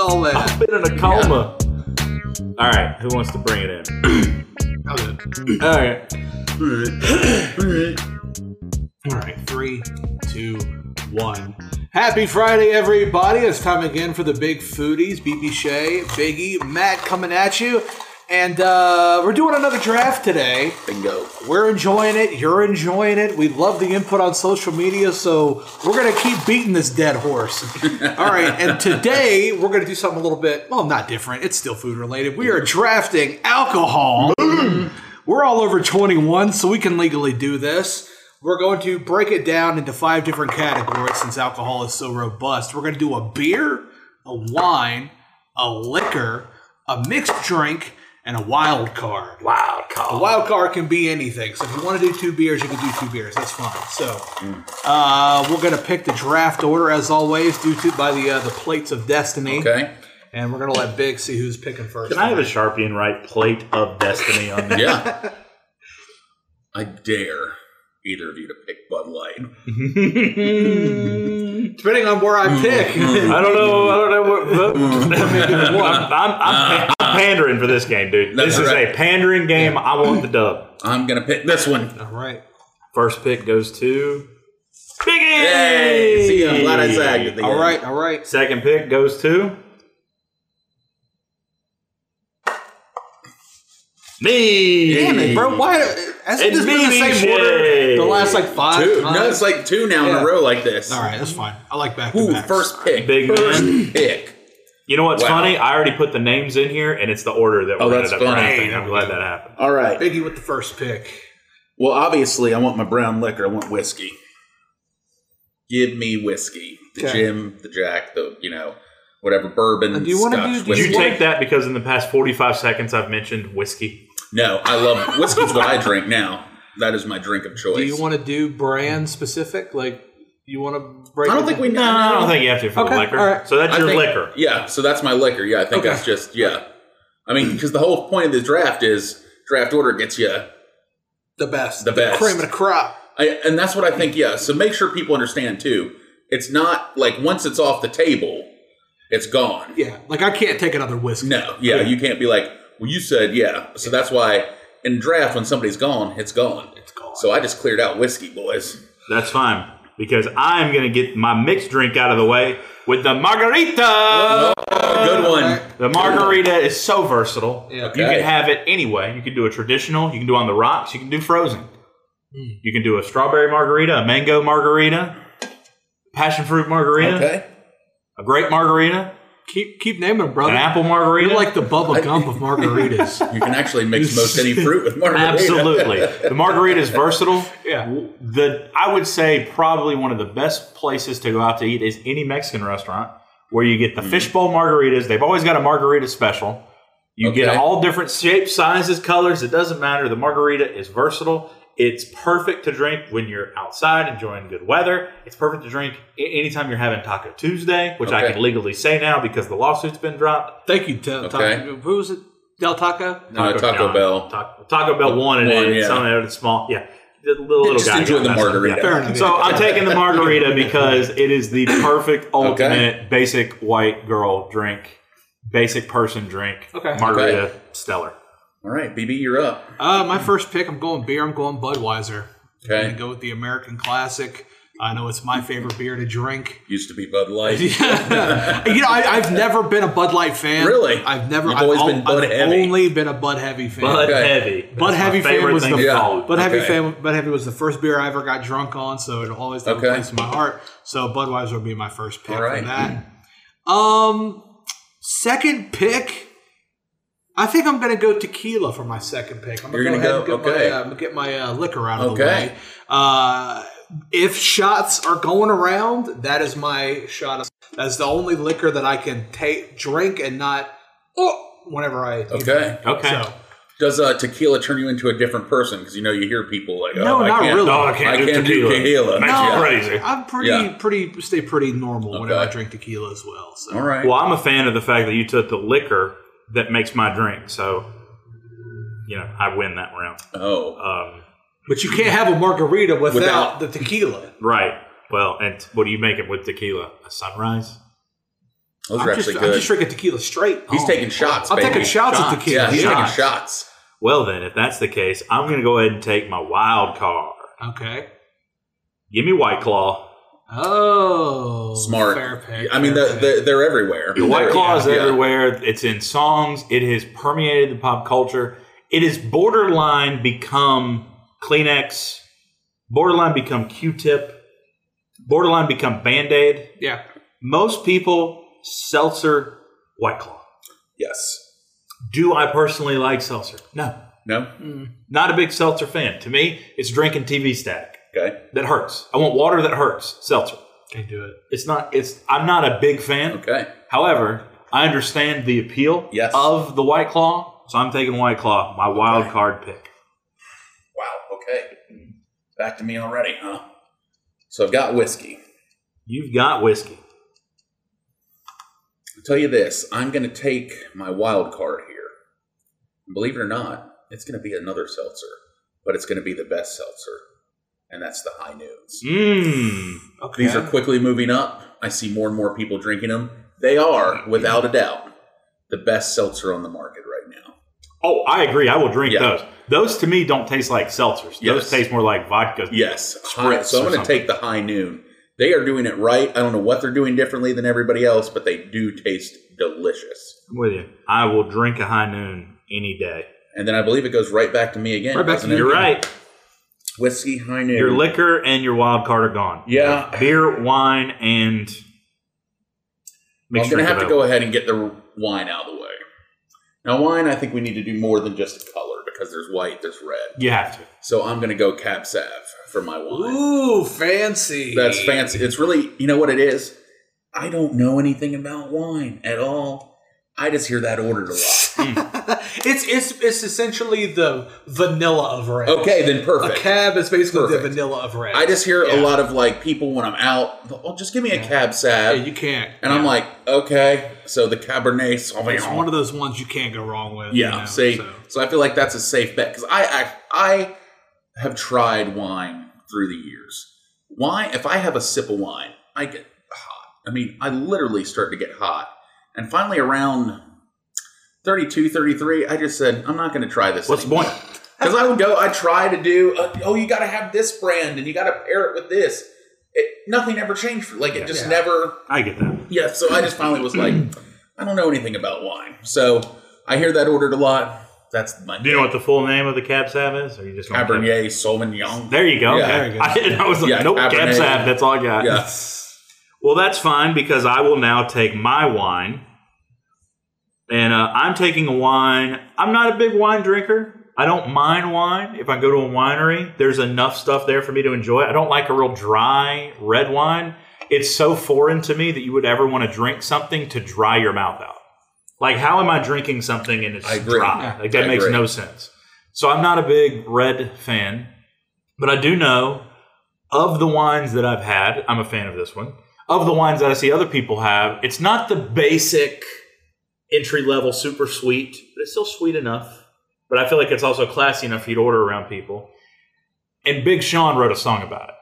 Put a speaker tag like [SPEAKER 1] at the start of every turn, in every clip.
[SPEAKER 1] all that.
[SPEAKER 2] I've been in a coma. All right, who wants to bring it in? All right,
[SPEAKER 3] All right, three, two, one. Happy Friday, everybody. It's time again for the big foodies. BB Shea, Biggie, Matt coming at you. And uh, we're doing another draft today.
[SPEAKER 1] Bingo.
[SPEAKER 3] We're enjoying it. You're enjoying it. We love the input on social media, so we're going to keep beating this dead horse. All right, and today we're going to do something a little bit, well, not different. It's still food related. We are drafting alcohol. we're all over 21, so we can legally do this. We're going to break it down into five different categories since alcohol is so robust. We're going to do a beer, a wine, a liquor, a mixed drink, and a wild card.
[SPEAKER 1] Wow,
[SPEAKER 3] A
[SPEAKER 1] call.
[SPEAKER 3] wild card can be anything. So if you want to do two beers, you can do two beers. That's fine. So uh, we're gonna pick the draft order as always, due to by the uh, the plates of destiny.
[SPEAKER 1] Okay.
[SPEAKER 3] And we're gonna let Big see who's picking first.
[SPEAKER 2] can I have a sharpie and write "Plate of Destiny" on that?
[SPEAKER 1] Yeah. I dare either of you to pick Bud Light.
[SPEAKER 3] Depending on where I pick.
[SPEAKER 2] I don't know. I don't know what. what I'm, I'm, I'm, pa- I'm pandering for this game, dude.
[SPEAKER 1] That's
[SPEAKER 2] This is
[SPEAKER 1] right.
[SPEAKER 2] a pandering game. I want the dub.
[SPEAKER 1] I'm gonna pick this one.
[SPEAKER 3] All right.
[SPEAKER 2] First pick goes to E! Biggie.
[SPEAKER 1] Yay! See, I'm glad I zagged at the
[SPEAKER 3] All
[SPEAKER 1] end.
[SPEAKER 3] right. All right.
[SPEAKER 2] Second pick goes to me.
[SPEAKER 3] Damn it, bro. Why uh, has
[SPEAKER 2] It's
[SPEAKER 3] this been the
[SPEAKER 2] BB
[SPEAKER 3] same order the
[SPEAKER 2] Shea.
[SPEAKER 3] last like five?
[SPEAKER 1] Two.
[SPEAKER 3] times?
[SPEAKER 1] No, it's like two now in
[SPEAKER 3] Yeah.
[SPEAKER 1] a row like this.
[SPEAKER 3] all right. That's fine. I like back to
[SPEAKER 1] Ooh,
[SPEAKER 3] back.
[SPEAKER 1] first pick.
[SPEAKER 2] Big
[SPEAKER 1] first
[SPEAKER 2] man.
[SPEAKER 1] pick.
[SPEAKER 2] You know what's
[SPEAKER 1] Wow.
[SPEAKER 2] funny? I already put the names in here, and it's the order that we're
[SPEAKER 1] Oh,
[SPEAKER 2] ended
[SPEAKER 1] that's
[SPEAKER 2] up
[SPEAKER 1] funny.
[SPEAKER 2] drafting. I'm glad that happened.
[SPEAKER 1] All right.
[SPEAKER 3] Biggie with the first pick.
[SPEAKER 1] Well, obviously, I want my brown liquor. I want whiskey. Give me whiskey. The
[SPEAKER 3] Okay.
[SPEAKER 1] Jim, the Jack, the you know, whatever bourbon.
[SPEAKER 3] Uh, do you wanna
[SPEAKER 1] Scotch,
[SPEAKER 3] do- do
[SPEAKER 2] Did
[SPEAKER 1] whiskey.
[SPEAKER 2] you take that because in the past 45 seconds I've mentioned whiskey?
[SPEAKER 1] No, I love whiskey's what I drink now. That is my drink of choice.
[SPEAKER 3] Do you want to do brand specific? Like, you want to break?
[SPEAKER 1] I don't
[SPEAKER 3] it
[SPEAKER 1] think
[SPEAKER 3] down?
[SPEAKER 1] we.
[SPEAKER 2] No, I don't think you have to for
[SPEAKER 3] Okay,
[SPEAKER 2] the liquor.
[SPEAKER 3] all right.
[SPEAKER 2] So that's
[SPEAKER 1] I
[SPEAKER 2] your
[SPEAKER 1] think-
[SPEAKER 2] liquor.
[SPEAKER 1] Yeah, so that's my liquor. Yeah, I think
[SPEAKER 3] Okay.
[SPEAKER 1] that's just yeah. I mean, because the whole point of the draft is draft order gets you,
[SPEAKER 3] the best,
[SPEAKER 1] The best.
[SPEAKER 3] cream of the crop.
[SPEAKER 1] I, and that's what I think. Yeah, so make sure people understand too. It's not like once it's off the table, it's gone.
[SPEAKER 3] Yeah, like I can't take another whiskey.
[SPEAKER 1] No, yeah, you can't be like, well, you said yeah. So that's why in draft when somebody's gone, it's gone. It's
[SPEAKER 3] gone.
[SPEAKER 1] So I just cleared out whiskey, boys.
[SPEAKER 2] That's fine because I'm going to get my mixed drink out of the way with the margarita. Uh,
[SPEAKER 1] Good one.
[SPEAKER 2] The margarita is so versatile.
[SPEAKER 3] Yeah.
[SPEAKER 2] You
[SPEAKER 1] Okay.
[SPEAKER 2] can have it anyway. You can do a traditional, you can do on the rocks, you can do frozen. You can do a strawberry margarita, a mango margarita, passion fruit margarita,
[SPEAKER 1] Okay.
[SPEAKER 2] a grape margarita,
[SPEAKER 3] Keep keep naming them, brother.
[SPEAKER 2] an apple margarita.
[SPEAKER 3] You're like the Bubba Gump of margaritas.
[SPEAKER 1] You can actually mix most any fruit with margarita.
[SPEAKER 2] Absolutely. The margarita is versatile.
[SPEAKER 3] Yeah.
[SPEAKER 2] W- The I would say probably one of the best places to go out to eat is any Mexican restaurant where you get the fishbowl margaritas. They've always got a margarita special. You get
[SPEAKER 1] Okay.
[SPEAKER 2] all different shapes, sizes, colors. It doesn't matter. The margarita is versatile. It's perfect to drink when you're outside enjoying good weather. It's perfect to drink a- anytime you're having Taco Tuesday, which I
[SPEAKER 1] Okay.
[SPEAKER 2] can legally say now because the lawsuit's been dropped.
[SPEAKER 3] Thank you, Del
[SPEAKER 1] Okay.
[SPEAKER 3] Taco. Who was it? Del Taco.
[SPEAKER 1] No, Uh, Taco
[SPEAKER 2] John.
[SPEAKER 1] Bell.
[SPEAKER 2] Taco, Taco Bell wanted
[SPEAKER 1] One,
[SPEAKER 2] it.
[SPEAKER 1] yeah.
[SPEAKER 2] Something out of the small. Yeah. The little, little
[SPEAKER 1] Just
[SPEAKER 2] guy.
[SPEAKER 1] enjoy
[SPEAKER 2] got
[SPEAKER 1] the
[SPEAKER 2] messed up,
[SPEAKER 1] margarita.
[SPEAKER 2] yeah.
[SPEAKER 3] Fair enough.
[SPEAKER 2] So I'm taking the margarita because it is the perfect, ultimate, basic white girl drink, basic person drink.
[SPEAKER 3] Okay.
[SPEAKER 2] Margarita,
[SPEAKER 1] Okay.
[SPEAKER 2] stellar.
[SPEAKER 1] All right, BB, you're up.
[SPEAKER 3] Uh, my first pick. I'm going beer. I'm going Budweiser. I'm
[SPEAKER 1] Okay.
[SPEAKER 3] gonna go with the American classic. I know it's my favorite beer to drink.
[SPEAKER 1] Used to be Bud Light.
[SPEAKER 3] you know, I, I've never been a Bud Light fan.
[SPEAKER 1] Really?
[SPEAKER 3] I've never.
[SPEAKER 1] You've
[SPEAKER 3] I've
[SPEAKER 1] always
[SPEAKER 3] al-
[SPEAKER 1] been Bud
[SPEAKER 3] I've
[SPEAKER 1] Heavy.
[SPEAKER 3] only been a Bud Heavy fan.
[SPEAKER 2] Bud
[SPEAKER 1] Okay.
[SPEAKER 2] Heavy. That's my
[SPEAKER 3] Heavy fan
[SPEAKER 2] favorite
[SPEAKER 3] was
[SPEAKER 2] thing
[SPEAKER 3] the-
[SPEAKER 2] to
[SPEAKER 1] Yeah.
[SPEAKER 2] follow.
[SPEAKER 3] Bud Heavy
[SPEAKER 1] Okay.
[SPEAKER 3] fan, Bud Heavy was the first beer I ever got drunk on, so it always had
[SPEAKER 1] Okay.
[SPEAKER 3] a place in my heart. So Budweiser would be my first pick
[SPEAKER 1] All right.
[SPEAKER 3] for that. Um, second pick, I think I'm going to go tequila for my second pick. I'm
[SPEAKER 1] You're
[SPEAKER 3] going to
[SPEAKER 1] gonna
[SPEAKER 3] go ahead
[SPEAKER 1] go-
[SPEAKER 3] and get
[SPEAKER 1] okay.
[SPEAKER 3] my, uh, get my uh, liquor out of
[SPEAKER 1] Okay.
[SPEAKER 3] the way. Uh, if shots are going around, that is my shot. Of, that's the only liquor that I can take, drink, and not oh, whenever I.
[SPEAKER 1] Okay.
[SPEAKER 2] Okay.
[SPEAKER 3] So,
[SPEAKER 1] Does uh, tequila turn you into a different person? Because you know you hear people like, oh,
[SPEAKER 3] No,
[SPEAKER 1] I
[SPEAKER 3] not
[SPEAKER 1] can't-
[SPEAKER 3] really.
[SPEAKER 2] Oh, I can't
[SPEAKER 1] I
[SPEAKER 2] do
[SPEAKER 1] can't do
[SPEAKER 2] tequila.
[SPEAKER 1] tequila.
[SPEAKER 2] Makes
[SPEAKER 3] No.
[SPEAKER 2] you crazy.
[SPEAKER 3] I'm pretty,
[SPEAKER 1] Yeah.
[SPEAKER 3] pretty, stay pretty normal whenever I
[SPEAKER 1] Okay.
[SPEAKER 3] drink tequila as well. So.
[SPEAKER 1] All right.
[SPEAKER 2] Well, I'm a fan of the fact that you took the liquor that makes my drink. So, you know, I win that round.
[SPEAKER 1] oh,
[SPEAKER 2] Um,
[SPEAKER 3] But you can't have a margarita without,
[SPEAKER 1] Without-
[SPEAKER 3] the tequila.
[SPEAKER 2] Right. Well, and what do you make it with tequila? A sunrise?
[SPEAKER 1] Those
[SPEAKER 3] I'm
[SPEAKER 1] are
[SPEAKER 3] just,
[SPEAKER 1] actually
[SPEAKER 3] I'm
[SPEAKER 1] good.
[SPEAKER 3] just drinking tequila straight.
[SPEAKER 1] He's
[SPEAKER 3] Oh.
[SPEAKER 1] taking shots.
[SPEAKER 3] I'm
[SPEAKER 1] baby.
[SPEAKER 3] taking shots at tequila.
[SPEAKER 1] Yeah, he's
[SPEAKER 3] Yeah.
[SPEAKER 1] taking shots.
[SPEAKER 2] Well, then, if that's the case, I'm going to go ahead and take my wild card.
[SPEAKER 3] Okay.
[SPEAKER 2] Give me White Claw.
[SPEAKER 3] Oh,
[SPEAKER 1] Smart.
[SPEAKER 3] Fair pick.
[SPEAKER 1] I
[SPEAKER 3] fair
[SPEAKER 1] mean, they're,
[SPEAKER 3] pick.
[SPEAKER 1] they're, they're everywhere.
[SPEAKER 2] White
[SPEAKER 1] They're-
[SPEAKER 2] Claw is
[SPEAKER 1] yeah.
[SPEAKER 2] everywhere. It's in songs. It has permeated the pop culture. It is borderline become Kleenex, borderline become Q-tip, borderline become Band-Aid.
[SPEAKER 3] yeah.
[SPEAKER 2] Most people seltzer White Claw.
[SPEAKER 1] Yes.
[SPEAKER 2] Do I personally like seltzer? No.
[SPEAKER 1] No.
[SPEAKER 3] Mm.
[SPEAKER 2] Not a big seltzer fan. To me, it's drinking TV static.
[SPEAKER 1] Okay.
[SPEAKER 2] that hurts. I want water that hurts. Seltzer.
[SPEAKER 3] Can't do it.
[SPEAKER 2] It's not. It's. I'm not a big fan.
[SPEAKER 1] Okay.
[SPEAKER 2] However, I understand the appeal
[SPEAKER 1] Yes.
[SPEAKER 2] of the White Claw, so I'm taking White Claw, my wild
[SPEAKER 1] Okay.
[SPEAKER 2] card pick.
[SPEAKER 1] Wow. Okay. Back to me already, huh? So I've got whiskey.
[SPEAKER 2] You've got whiskey.
[SPEAKER 1] I'll tell you this. I'm going to take my wild card here. And Believe it or not, it's going to be another seltzer, but it's going to be the best seltzer, and that's the High News.
[SPEAKER 2] Mmm.
[SPEAKER 3] Okay.
[SPEAKER 1] These are quickly moving up. I see more and more people drinking them. They are, without a doubt, the best seltzer on the market right now.
[SPEAKER 2] Oh, I agree. I will drink
[SPEAKER 1] Yeah.
[SPEAKER 2] those. Those to me don't taste like seltzers.
[SPEAKER 1] Yes.
[SPEAKER 2] Those taste more like vodka.
[SPEAKER 1] Yes. High,
[SPEAKER 2] Spritz
[SPEAKER 1] so I'm
[SPEAKER 2] or
[SPEAKER 1] going
[SPEAKER 2] something.
[SPEAKER 1] to take the High Noon. They are doing it right. I don't know what they're doing differently than everybody else, but they do taste delicious.
[SPEAKER 2] I'm with you. I will drink a high noon any day.
[SPEAKER 1] And then I believe it goes right back to me again.
[SPEAKER 3] Right back
[SPEAKER 1] doesn't
[SPEAKER 3] to
[SPEAKER 1] it?
[SPEAKER 3] you.
[SPEAKER 2] You're right.
[SPEAKER 1] Whiskey, High Noon.
[SPEAKER 2] Your liquor and your wild card are gone.
[SPEAKER 1] Yeah.
[SPEAKER 2] Beer, wine, and
[SPEAKER 1] I'm
[SPEAKER 2] mixed
[SPEAKER 1] going to
[SPEAKER 2] drink
[SPEAKER 1] have to
[SPEAKER 2] available.
[SPEAKER 1] go ahead and get the wine out of the way. Now, wine, I think we need to do more than just a color because there's white, there's red.
[SPEAKER 2] You have to.
[SPEAKER 1] So I'm going to go Cab Sav for my wine.
[SPEAKER 3] Ooh, fancy.
[SPEAKER 1] That's fancy. It's really, you know what it is? I don't know anything about wine at all. I just hear that ordered a lot.
[SPEAKER 3] it's it's it's essentially the vanilla of red.
[SPEAKER 1] Okay, then
[SPEAKER 3] A
[SPEAKER 1] perfect.
[SPEAKER 3] cab is basically the
[SPEAKER 1] Perfect.
[SPEAKER 3] vanilla of red.
[SPEAKER 1] I just hear a
[SPEAKER 3] Yeah.
[SPEAKER 1] lot of like people when I'm out, oh, just give me a
[SPEAKER 3] Yeah,
[SPEAKER 1] cab sav.
[SPEAKER 3] you can't.
[SPEAKER 1] and I'm like, okay. So the Cabernet
[SPEAKER 3] it's
[SPEAKER 1] Sauvignon.
[SPEAKER 3] one of those ones you can't go wrong with.
[SPEAKER 1] yeah,
[SPEAKER 3] you know,
[SPEAKER 1] see,
[SPEAKER 3] so.
[SPEAKER 1] so. I feel like that's a safe bet because I, I I have tried wine through the years. Wine, if I have a sip of wine, I get hot. I mean, I literally start to get hot, and finally around 32, 33, I just said, I'm not going to try this.
[SPEAKER 2] What's the point?
[SPEAKER 1] Because I would go, I try to do, uh, oh, you got to have this brand and you got to pair it with this. It, nothing ever changed. For, like it just
[SPEAKER 3] Yeah.
[SPEAKER 1] never.
[SPEAKER 2] I get that.
[SPEAKER 1] Yeah, so I just finally was like, I don't know anything about wine. So I hear that ordered a lot. That's my
[SPEAKER 2] Do you know what the full name of the Cab Sav is? Or you just gonna-
[SPEAKER 1] Cabernet Sauvignon.
[SPEAKER 2] There you go.
[SPEAKER 1] Yeah.
[SPEAKER 2] Okay.
[SPEAKER 3] There you go.
[SPEAKER 2] I, didn't, I was like,
[SPEAKER 1] Yeah,
[SPEAKER 2] nope, Cab
[SPEAKER 1] Cabernet.
[SPEAKER 2] Sav. That's all I got.
[SPEAKER 1] Yeah.
[SPEAKER 2] Well, that's fine because I will now take my wine, and uh, I'm taking a wine. I'm not a big wine drinker. I don't mind wine. If I go to a winery, there's enough stuff there for me to enjoy. I don't like a real dry red wine. It's so foreign to me that you would ever want to drink something to dry your mouth out. Like, how am I drinking something and
[SPEAKER 1] I
[SPEAKER 2] it's
[SPEAKER 1] agree.
[SPEAKER 2] dry? Like that
[SPEAKER 1] I
[SPEAKER 2] makes
[SPEAKER 1] agree.
[SPEAKER 2] no sense. So I'm not a big red fan, but I do know of the wines that I've had, I'm a fan of this one. Of the wines that I see other people have, it's not the basic entry level super sweet, but it's still sweet enough. But I feel like it's also classy enough for you to order around people. And Big Sean wrote a song about it.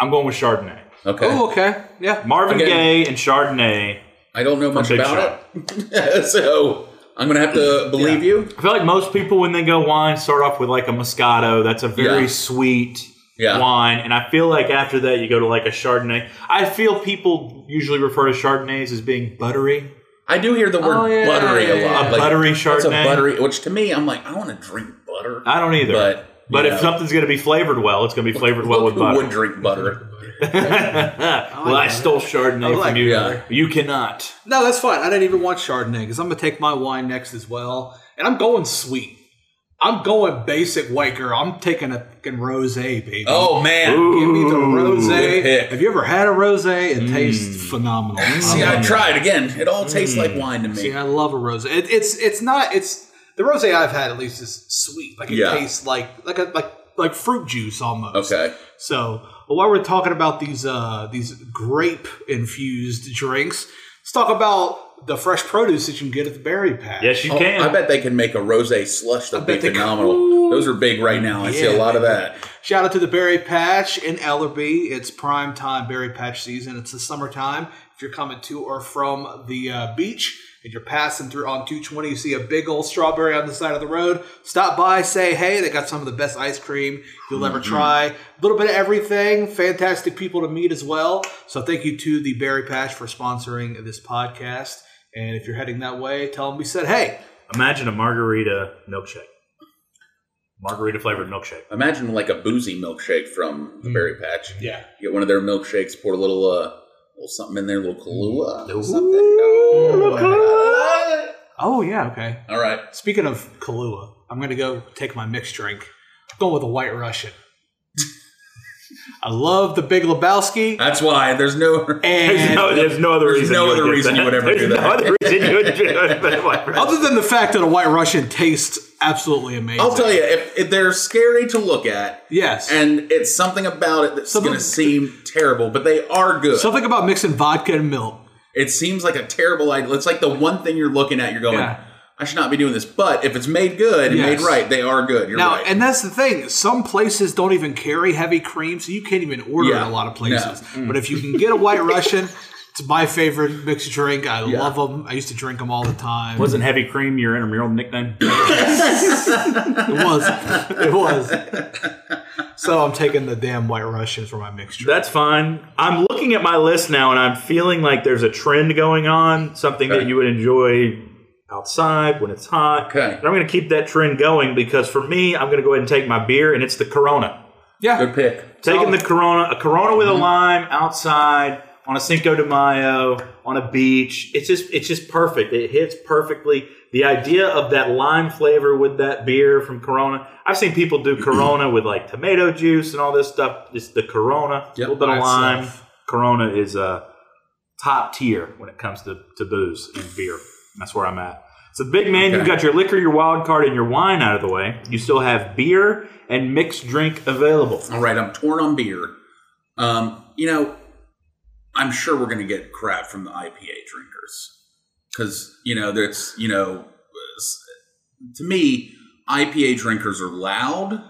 [SPEAKER 2] I'm going with Chardonnay.
[SPEAKER 1] Okay.
[SPEAKER 3] Oh, okay. Yeah.
[SPEAKER 2] Marvin
[SPEAKER 1] Again-
[SPEAKER 2] Gaye and Chardonnay.
[SPEAKER 1] I don't know much
[SPEAKER 2] Big
[SPEAKER 1] about it. so I'm going to have to believe you.
[SPEAKER 2] I feel like most people, when they go wine, start off with like a Moscato. That's a very
[SPEAKER 1] Yeah.
[SPEAKER 2] sweet
[SPEAKER 1] Yeah.
[SPEAKER 2] wine. And I feel like after that, you go to like a Chardonnay. I feel people usually refer to Chardonnays as being buttery.
[SPEAKER 1] I do hear the word
[SPEAKER 3] Oh, yeah,
[SPEAKER 1] buttery
[SPEAKER 3] yeah,
[SPEAKER 1] a lot.
[SPEAKER 2] a
[SPEAKER 1] Like,
[SPEAKER 2] buttery
[SPEAKER 1] That's a
[SPEAKER 2] Chardonnay.
[SPEAKER 1] buttery, which to me, I'm like, I want to drink butter.
[SPEAKER 2] I don't either. But,
[SPEAKER 1] But, you
[SPEAKER 2] if
[SPEAKER 1] know,
[SPEAKER 2] something's going to be flavored well, it's going to be flavored well with
[SPEAKER 1] who would
[SPEAKER 2] butter.
[SPEAKER 1] drink butter?
[SPEAKER 2] well, I stole Chardonnay
[SPEAKER 3] I like
[SPEAKER 2] from you.
[SPEAKER 1] butter.
[SPEAKER 2] You cannot.
[SPEAKER 3] No, that's fine. I didn't even want Chardonnay because I'm gonna take my wine next as well, and I'm going sweet. I'm going basic white girl. I'm taking a fucking rosé, baby.
[SPEAKER 1] Oh, man.
[SPEAKER 3] Give me the
[SPEAKER 1] Good
[SPEAKER 3] rosé.
[SPEAKER 1] pick. Mm.
[SPEAKER 3] Have you ever had a rosé? It tastes phenomenal.
[SPEAKER 1] See,
[SPEAKER 3] love
[SPEAKER 1] I
[SPEAKER 2] Mm.
[SPEAKER 3] it.
[SPEAKER 1] tried again. It all tastes like wine to me.
[SPEAKER 3] See, I love a rosé. It, it's it's not it's the rosé I've had at least is sweet. Like it
[SPEAKER 1] Yeah.
[SPEAKER 3] tastes like like a like like fruit juice almost.
[SPEAKER 1] okay.
[SPEAKER 3] So while we're talking about these uh, these grape infused drinks, let's talk about the fresh produce that you can get at the berry patch.
[SPEAKER 2] Yes, you
[SPEAKER 1] Oh,
[SPEAKER 2] can.
[SPEAKER 1] I bet they can make a rosé slush that'd be
[SPEAKER 3] bet they could-
[SPEAKER 1] phenomenal. Those are big right now. I see a
[SPEAKER 3] Yeah.
[SPEAKER 1] lot of that.
[SPEAKER 3] Shout out to the Berry Patch in Ellerby. It's prime time Berry Patch season. It's the summertime. If you're coming to or from the uh, beach and you're passing through on 220, you see a big old strawberry on the side of the road. Stop by, say hey. They got some of the best ice cream you'll ever try. A little bit of everything. Fantastic people to meet as well. So thank you to the Berry Patch for sponsoring this podcast. And if you're heading that way, tell them we said hey.
[SPEAKER 2] Imagine a margarita milkshake. Margarita flavored milkshake.
[SPEAKER 1] Imagine like a boozy milkshake from the
[SPEAKER 3] Mm.
[SPEAKER 1] Berry Patch.
[SPEAKER 3] Yeah.
[SPEAKER 1] You get one of their milkshakes, pour a little, uh, little something in there, a little Kahlua,
[SPEAKER 3] Ooh.
[SPEAKER 1] or something.
[SPEAKER 3] Oh, yeah. Okay.
[SPEAKER 1] All right,
[SPEAKER 3] Speaking of Kahlua, I'm going to go take my mixed drink. I'm going with a White Russian. I love the Big Lebowski.
[SPEAKER 1] that's why there's no.
[SPEAKER 2] There's
[SPEAKER 3] And
[SPEAKER 2] no, there's no other
[SPEAKER 1] There's
[SPEAKER 2] reason.
[SPEAKER 1] no
[SPEAKER 2] would
[SPEAKER 1] other
[SPEAKER 2] get
[SPEAKER 1] reason you would ever
[SPEAKER 2] There's
[SPEAKER 1] do that.
[SPEAKER 2] No other reason you would do that.
[SPEAKER 3] other than the fact that a White Russian tastes absolutely amazing.
[SPEAKER 1] I'll tell you, if, if they're scary to look at,
[SPEAKER 3] Yes.
[SPEAKER 1] and it's something about it that's
[SPEAKER 3] Something-
[SPEAKER 1] going to seem terrible, but they are good.
[SPEAKER 3] Something about mixing vodka and milk.
[SPEAKER 1] it seems like a terrible idea. It's like the one thing you're looking at. You're going,
[SPEAKER 3] Yeah.
[SPEAKER 1] I should not be doing this. But if it's made good, and
[SPEAKER 3] Yes.
[SPEAKER 1] made right, they are good. You're
[SPEAKER 3] Now,
[SPEAKER 1] right.
[SPEAKER 3] and that's the thing. Some places don't even carry heavy cream, so you can't even order
[SPEAKER 1] Yeah. Mm.
[SPEAKER 3] in a lot of places. But if you can get a White Russian, it's my favorite mixed drink. I love them. I used to drink them all the time.
[SPEAKER 2] Wasn't heavy cream your intramural nickname?
[SPEAKER 3] It was. It was. So I'm taking the damn White Russian for my mixture.
[SPEAKER 2] That's fine. I'm looking at my list now, and I'm feeling like there's a trend going on. Something that
[SPEAKER 1] Okay.
[SPEAKER 2] you would enjoy outside when it's hot.
[SPEAKER 1] Okay.
[SPEAKER 2] And I'm going to keep that trend going because for me, I'm going to go ahead and take my beer, and it's the Corona.
[SPEAKER 3] Yeah.
[SPEAKER 1] good pick.
[SPEAKER 2] Taking
[SPEAKER 3] Solid.
[SPEAKER 2] the Corona, a Corona with a
[SPEAKER 1] Mm-hmm.
[SPEAKER 2] lime outside on a Cinco de Mayo on a beach. It's just it's just perfect. It hits perfectly. The idea of that lime flavor with that beer from Corona. I've seen people do Corona with like tomato juice and all this stuff. It's the Corona,
[SPEAKER 1] Yep,
[SPEAKER 2] a little bit
[SPEAKER 3] by
[SPEAKER 2] of lime.
[SPEAKER 3] itself.
[SPEAKER 2] Corona is uh, top tier when it comes to, to booze and beer. That's where I'm at. So, big man, you've
[SPEAKER 1] Okay.
[SPEAKER 2] got your liquor, your wild card, and your wine out of the way. You still have beer and mixed drink available.
[SPEAKER 1] All right, I'm torn on beer. Um, you know, I'm sure we're going to get crap from the IPA drinkers because you know that's you know s- to me IPA drinkers are loud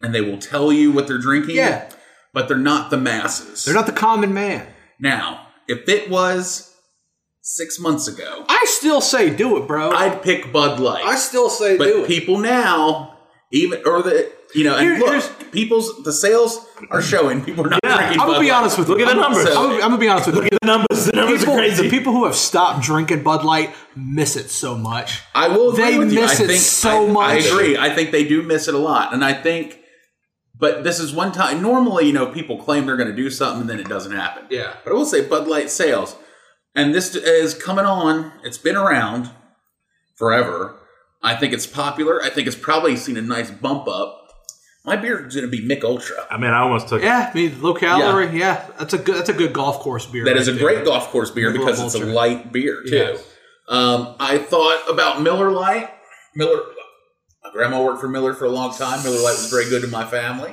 [SPEAKER 1] and they will tell you what they're drinking.
[SPEAKER 3] Yeah.
[SPEAKER 1] but they're not the masses.
[SPEAKER 3] They're not the common man.
[SPEAKER 1] now. If it was six months ago,
[SPEAKER 3] I still say do it, bro.
[SPEAKER 1] I'd pick Bud Light.
[SPEAKER 3] I still say do
[SPEAKER 1] But
[SPEAKER 3] it.
[SPEAKER 1] people now, even or the you know, and
[SPEAKER 3] Here- here's-
[SPEAKER 1] look, people's the sales are showing. People are not
[SPEAKER 2] Yeah,
[SPEAKER 1] drinking.
[SPEAKER 3] I'm gonna
[SPEAKER 1] Bud
[SPEAKER 3] be
[SPEAKER 1] Light.
[SPEAKER 3] honest with
[SPEAKER 2] Look
[SPEAKER 3] you.
[SPEAKER 2] at the
[SPEAKER 3] I'm-
[SPEAKER 2] numbers.
[SPEAKER 3] I'm, I'm gonna be honest with you.
[SPEAKER 2] the numbers. The numbers
[SPEAKER 3] People,
[SPEAKER 2] are crazy.
[SPEAKER 3] the people who have stopped drinking Bud Light miss it so much.
[SPEAKER 1] I will agree
[SPEAKER 3] They
[SPEAKER 1] with you.
[SPEAKER 3] miss
[SPEAKER 1] I
[SPEAKER 3] it
[SPEAKER 1] think,
[SPEAKER 3] so
[SPEAKER 1] I,
[SPEAKER 3] much.
[SPEAKER 1] I agree. I think they do miss it a lot, and I think. But this is one time. Normally, you know, people claim they're going to do something, and then it doesn't happen.
[SPEAKER 3] Yeah.
[SPEAKER 1] But I will say Bud Light sales, and this is coming on. It's been around forever. I think it's popular. I think it's probably seen a nice bump up. My beer is going to be Mick Ultra.
[SPEAKER 2] I mean, I almost took.
[SPEAKER 3] Yeah, I mean low calorie. Yeah, that's a good. That's a good golf course beer.
[SPEAKER 1] That
[SPEAKER 3] right
[SPEAKER 1] is a
[SPEAKER 3] there.
[SPEAKER 1] great golf course beer
[SPEAKER 3] Michelob
[SPEAKER 1] because it's a
[SPEAKER 3] Ultra.
[SPEAKER 1] light beer too.
[SPEAKER 3] Yes.
[SPEAKER 1] Um, I thought about Miller Lite. Miller. My grandma worked for Miller for a long time. Miller Lite was very good to my family,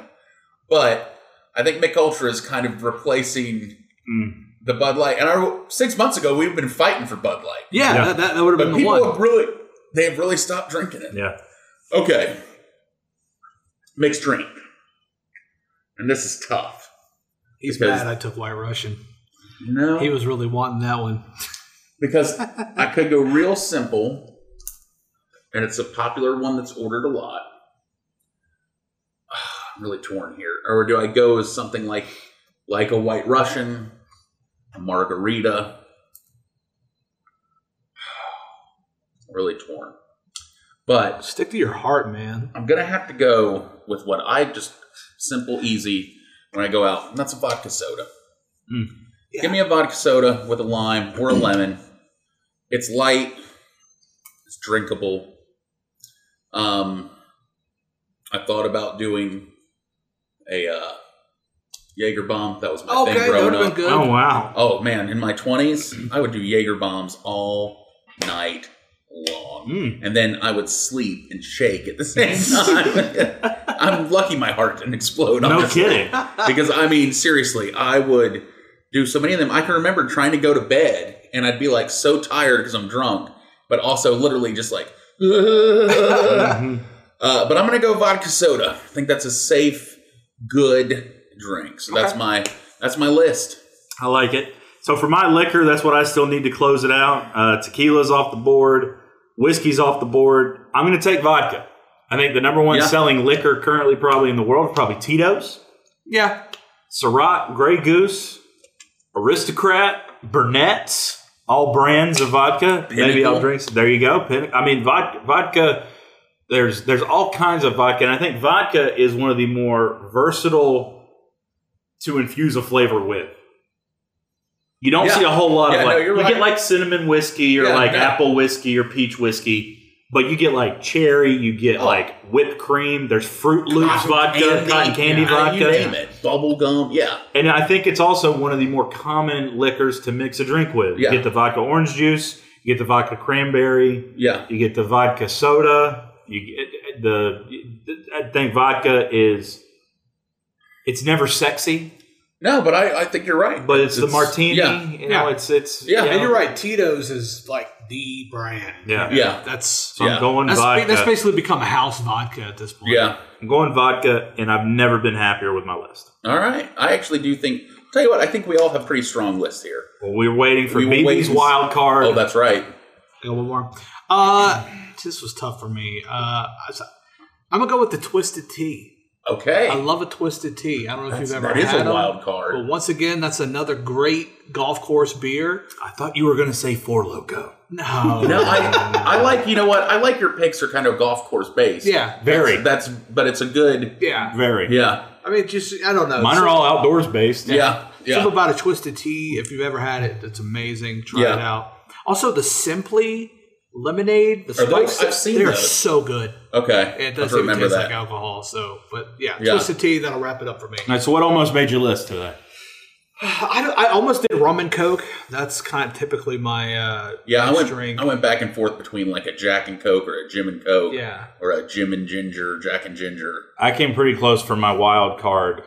[SPEAKER 1] but I think Mick Ultra is kind of replacing
[SPEAKER 2] Mm.
[SPEAKER 1] the Bud Light. And I, six months ago, we've been fighting for Bud Light,
[SPEAKER 3] Yeah,
[SPEAKER 2] Yeah.
[SPEAKER 3] that, that, that would have
[SPEAKER 1] but
[SPEAKER 3] been the
[SPEAKER 1] people
[SPEAKER 3] one.
[SPEAKER 1] have really they have really stopped drinking it.
[SPEAKER 2] Yeah.
[SPEAKER 1] Okay, mixed drink, and this is tough.
[SPEAKER 3] He's
[SPEAKER 1] because-
[SPEAKER 3] mad I took White Russian.
[SPEAKER 1] No,
[SPEAKER 3] He was really wanting that one.
[SPEAKER 1] because I could go real simple, and it's a popular one that's ordered a lot. Ah, I'm really torn here. Or do I go as something like like a White Russian, a margarita? really torn, but
[SPEAKER 3] Stick to your heart, man.
[SPEAKER 1] I'm gonna have to go with what I just simple, easy when I go out, and that's a vodka soda.
[SPEAKER 2] Mm.
[SPEAKER 1] Give me a vodka soda with a lime or a lemon. It's light. It's drinkable. Um, I thought about doing a uh, Jaeger bomb. That was my
[SPEAKER 3] Okay,
[SPEAKER 1] thing
[SPEAKER 3] that would
[SPEAKER 1] growing
[SPEAKER 3] have been
[SPEAKER 1] up.
[SPEAKER 3] good.
[SPEAKER 2] Oh wow.
[SPEAKER 1] Oh man, in my twenties, I would do Jaeger bombs all night long,
[SPEAKER 2] Mm.
[SPEAKER 1] and then I would sleep and shake at the same time. I'm lucky my heart didn't explode.
[SPEAKER 2] No
[SPEAKER 1] honestly
[SPEAKER 2] kidding.
[SPEAKER 1] because I mean, seriously, I would do so many of them. I can remember trying to go to bed and I'd be like so tired because I'm drunk, but also literally just like,
[SPEAKER 2] Mhm.
[SPEAKER 1] Uh, but I'm going to go vodka soda. I think that's a safe, good drink. So that's
[SPEAKER 3] Okay.
[SPEAKER 1] my that's my list.
[SPEAKER 2] I like it. So for my liquor, that's what I still need to close it out. Uh, tequila's off the board. Whiskey's off the board. I'm going to take vodka. I think the number one
[SPEAKER 1] Yeah.
[SPEAKER 2] selling liquor currently probably in the world is probably Tito's.
[SPEAKER 3] Yeah.
[SPEAKER 2] Syrah, Grey Goose, Aristocrat, Burnett's, all brands of vodka. Maybe
[SPEAKER 1] Pinnacle.
[SPEAKER 2] I'll drink. There you go. Pin- I mean, vodka, vodka. There's there's all kinds of vodka, and I think vodka is one of the more versatile to infuse a flavor with. You don't
[SPEAKER 1] Yeah.
[SPEAKER 2] see a whole lot
[SPEAKER 1] Yeah,
[SPEAKER 2] of
[SPEAKER 1] no,
[SPEAKER 2] like
[SPEAKER 1] you're
[SPEAKER 2] you
[SPEAKER 1] right.
[SPEAKER 2] get like cinnamon whiskey or
[SPEAKER 1] Yeah,
[SPEAKER 2] like
[SPEAKER 1] no.
[SPEAKER 2] apple whiskey or peach whiskey, but you get like cherry, you get
[SPEAKER 1] Oh.
[SPEAKER 2] like whipped cream. There's Fruit Loops vodka, cotton candy
[SPEAKER 1] yeah,
[SPEAKER 2] vodka.
[SPEAKER 1] You name it. Bubble gum. Yeah.
[SPEAKER 2] And I think it's also one of the more common liquors to mix a drink with.
[SPEAKER 1] Yeah.
[SPEAKER 2] You get the vodka orange juice, you get the vodka cranberry,
[SPEAKER 1] Yeah.
[SPEAKER 2] you get the vodka soda. You get uh, the. uh, I think vodka is. It's never sexy,
[SPEAKER 1] No, but I, I think you're right.
[SPEAKER 2] but it's, the martini.
[SPEAKER 1] Yeah.
[SPEAKER 2] You know,
[SPEAKER 3] Yeah.
[SPEAKER 2] it's it's.
[SPEAKER 1] Yeah,
[SPEAKER 2] you
[SPEAKER 3] And
[SPEAKER 2] know,
[SPEAKER 3] you're right. Tito's is like the brand.
[SPEAKER 2] Yeah.
[SPEAKER 1] Yeah.
[SPEAKER 3] That's
[SPEAKER 2] So
[SPEAKER 1] Yeah.
[SPEAKER 2] I'm going
[SPEAKER 3] that's, ba-
[SPEAKER 2] vodka.
[SPEAKER 3] that's basically become a house vodka at this point.
[SPEAKER 1] Yeah.
[SPEAKER 2] I'm going vodka, and I've never been happier with my list.
[SPEAKER 1] All right. I actually do think. Tell you what, I think we all have pretty strong lists here.
[SPEAKER 2] Well, we're waiting for
[SPEAKER 1] We were
[SPEAKER 2] BB's
[SPEAKER 1] waiting.
[SPEAKER 2] wild card.
[SPEAKER 1] Oh, that's right.
[SPEAKER 3] I got one more. Uh, this was tough for me. Uh, I was- I'm gonna go with the twisted tea.
[SPEAKER 1] Okay.
[SPEAKER 3] I love a twisted tea. I don't know
[SPEAKER 1] That's-
[SPEAKER 3] if you've ever
[SPEAKER 1] that is
[SPEAKER 3] had
[SPEAKER 1] a
[SPEAKER 3] them,
[SPEAKER 1] wild card.
[SPEAKER 3] but once again, that's another great golf course beer.
[SPEAKER 2] I thought you were going to say four loco.
[SPEAKER 3] No,
[SPEAKER 1] No, I, I like you know what I like. Your picks are kind of golf course based.
[SPEAKER 3] yeah,
[SPEAKER 2] Very,
[SPEAKER 1] that's but it's a good.
[SPEAKER 3] yeah.
[SPEAKER 2] very.
[SPEAKER 1] Yeah,
[SPEAKER 3] I mean, just I don't know.
[SPEAKER 2] Mine are all outdoors based.
[SPEAKER 1] yeah, yeah.
[SPEAKER 3] Something about a twisted tea. If you've ever had it, it's amazing. Try
[SPEAKER 1] Yeah.
[SPEAKER 3] it out. Also, the Simply lemonade, the
[SPEAKER 1] Are those-
[SPEAKER 3] spikes,
[SPEAKER 1] I've seen
[SPEAKER 3] they're
[SPEAKER 1] those.
[SPEAKER 3] so good.
[SPEAKER 1] Okay,
[SPEAKER 3] It
[SPEAKER 1] I have
[SPEAKER 3] does
[SPEAKER 1] to
[SPEAKER 3] even
[SPEAKER 1] remember
[SPEAKER 3] taste
[SPEAKER 1] that.
[SPEAKER 3] like alcohol. So, but yeah,
[SPEAKER 1] Yeah.
[SPEAKER 3] twisted tea. That'll wrap it up for me.
[SPEAKER 2] All right, so what almost made your list today?
[SPEAKER 3] I, don't- I almost did rum and coke. That's kind of typically my uh,
[SPEAKER 1] yeah, I
[SPEAKER 3] nice
[SPEAKER 1] went.
[SPEAKER 3] drink.
[SPEAKER 1] I went back and forth between like a Jack and Coke or a Jim and Coke,
[SPEAKER 3] yeah,
[SPEAKER 1] or a Jim and Ginger, Jack and Ginger.
[SPEAKER 2] I came pretty close for my wild card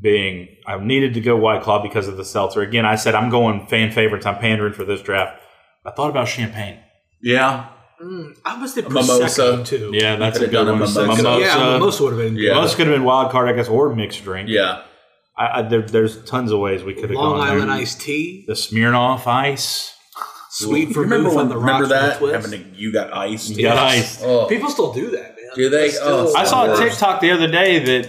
[SPEAKER 2] being I needed to go White Claw because of the seltzer. Again, I said I'm going fan favorites. I'm pandering for this draft. I thought about champagne.
[SPEAKER 1] Yeah,
[SPEAKER 3] Mm, I almost did
[SPEAKER 1] A mimosa.
[SPEAKER 3] prosecco too.
[SPEAKER 2] Yeah, that's
[SPEAKER 1] Could've
[SPEAKER 2] a good
[SPEAKER 1] done a
[SPEAKER 2] one. Mimosa.
[SPEAKER 1] mimosa.
[SPEAKER 2] Mimosa.
[SPEAKER 3] yeah, mimosa would have been
[SPEAKER 1] Yeah.
[SPEAKER 2] Mimosa could have been wild card, I guess, or mixed drink.
[SPEAKER 1] yeah,
[SPEAKER 2] I, I, there, there's tons of ways we could
[SPEAKER 3] good.
[SPEAKER 2] have
[SPEAKER 3] Long
[SPEAKER 2] gone. there.
[SPEAKER 3] Island iced tea,
[SPEAKER 2] The Smirnoff Ice.
[SPEAKER 3] sweet
[SPEAKER 1] You
[SPEAKER 3] for
[SPEAKER 1] remember
[SPEAKER 3] on
[SPEAKER 1] when-
[SPEAKER 3] the
[SPEAKER 1] remember
[SPEAKER 3] rocks
[SPEAKER 1] that
[SPEAKER 3] with a
[SPEAKER 1] having
[SPEAKER 3] twist.
[SPEAKER 1] to, you got iced.
[SPEAKER 2] You got iced.
[SPEAKER 1] Oh.
[SPEAKER 3] People still do that, man.
[SPEAKER 1] Do they?
[SPEAKER 3] They're
[SPEAKER 1] Oh,
[SPEAKER 3] still-
[SPEAKER 2] I saw a
[SPEAKER 1] Worst.
[SPEAKER 2] TikTok the other day that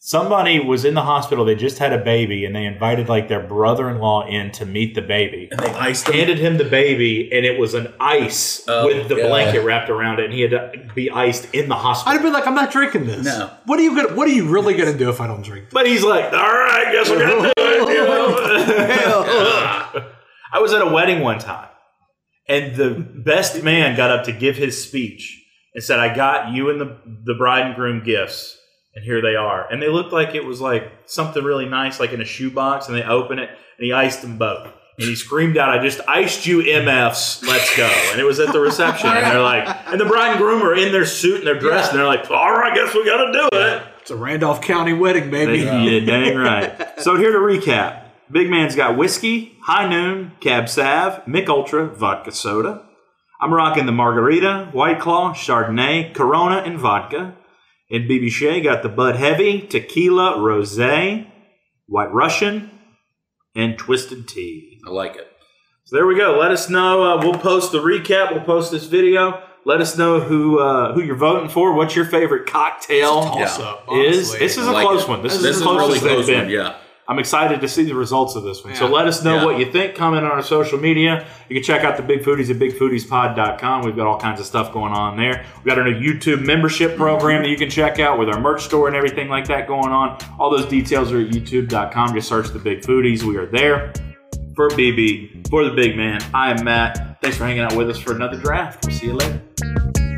[SPEAKER 2] somebody was in the hospital. They just had a baby, and they invited like their brother-in-law in to meet the baby.
[SPEAKER 1] and they iced them.
[SPEAKER 2] Handed him the baby, and it was an ice
[SPEAKER 1] Oh,
[SPEAKER 2] with the
[SPEAKER 1] God.
[SPEAKER 2] blanket wrapped around it, and he had to be iced in the
[SPEAKER 3] I'd
[SPEAKER 2] hospital.
[SPEAKER 3] have been like, I'm not drinking this.
[SPEAKER 1] No.
[SPEAKER 3] What are you gonna? What are you really gonna do if I don't drink?
[SPEAKER 2] but he's like, "All right, guess we're gonna do it." you know? I was at a wedding one time, and the best man got up to give his speech and said, "I got you and the the bride and groom gifts." and here they are. And they looked like it was like something really nice, like in a shoebox, and they open it and he iced them both. And he screamed out, I just iced you MFs, let's go. And it was at the reception. And they're like, and the bride and groom are in their suit and their dress, and they're like, all right, I guess we gotta do it.
[SPEAKER 3] It's a Randolph County wedding, baby.
[SPEAKER 2] Yeah, dang right. So here to recap. Big Man's got whiskey, High Noon, Cab Sav, Mick Ultra, vodka soda. I'm rocking the margarita, White Claw, Chardonnay, Corona, and vodka. And BB Shea got the Bud Heavy, tequila, rosé, White Russian, and Twisted Tea.
[SPEAKER 1] I like it.
[SPEAKER 2] So there we go. Let us know. Uh, we'll post the recap. We'll post this video. Let us know who uh, who you're voting for. What's your favorite cocktail?
[SPEAKER 3] Toss
[SPEAKER 1] Yeah.
[SPEAKER 3] up,
[SPEAKER 2] is
[SPEAKER 3] honestly.
[SPEAKER 2] this is
[SPEAKER 1] I
[SPEAKER 2] a
[SPEAKER 1] like
[SPEAKER 2] close
[SPEAKER 1] it.
[SPEAKER 2] one. This,
[SPEAKER 3] This
[SPEAKER 2] is
[SPEAKER 1] This
[SPEAKER 2] the
[SPEAKER 1] is a
[SPEAKER 2] closest
[SPEAKER 1] really close
[SPEAKER 2] they've been.
[SPEAKER 1] one. Yeah.
[SPEAKER 2] I'm excited to see the results of this one. So
[SPEAKER 3] Yeah.
[SPEAKER 2] let us know
[SPEAKER 1] Yeah.
[SPEAKER 2] what you think. Comment on our social media. You can check out the Big Foodies at bigfoodiespod.com. We've got all kinds of stuff going on there. We've got our new YouTube membership program that you can check out with our merch store and everything like that going on. All those details are at youtube.com. Just search the Big Foodies. We are there. For BB, for the big man, I am Matt. Thanks for hanging out with us for another draft. We'll see you later.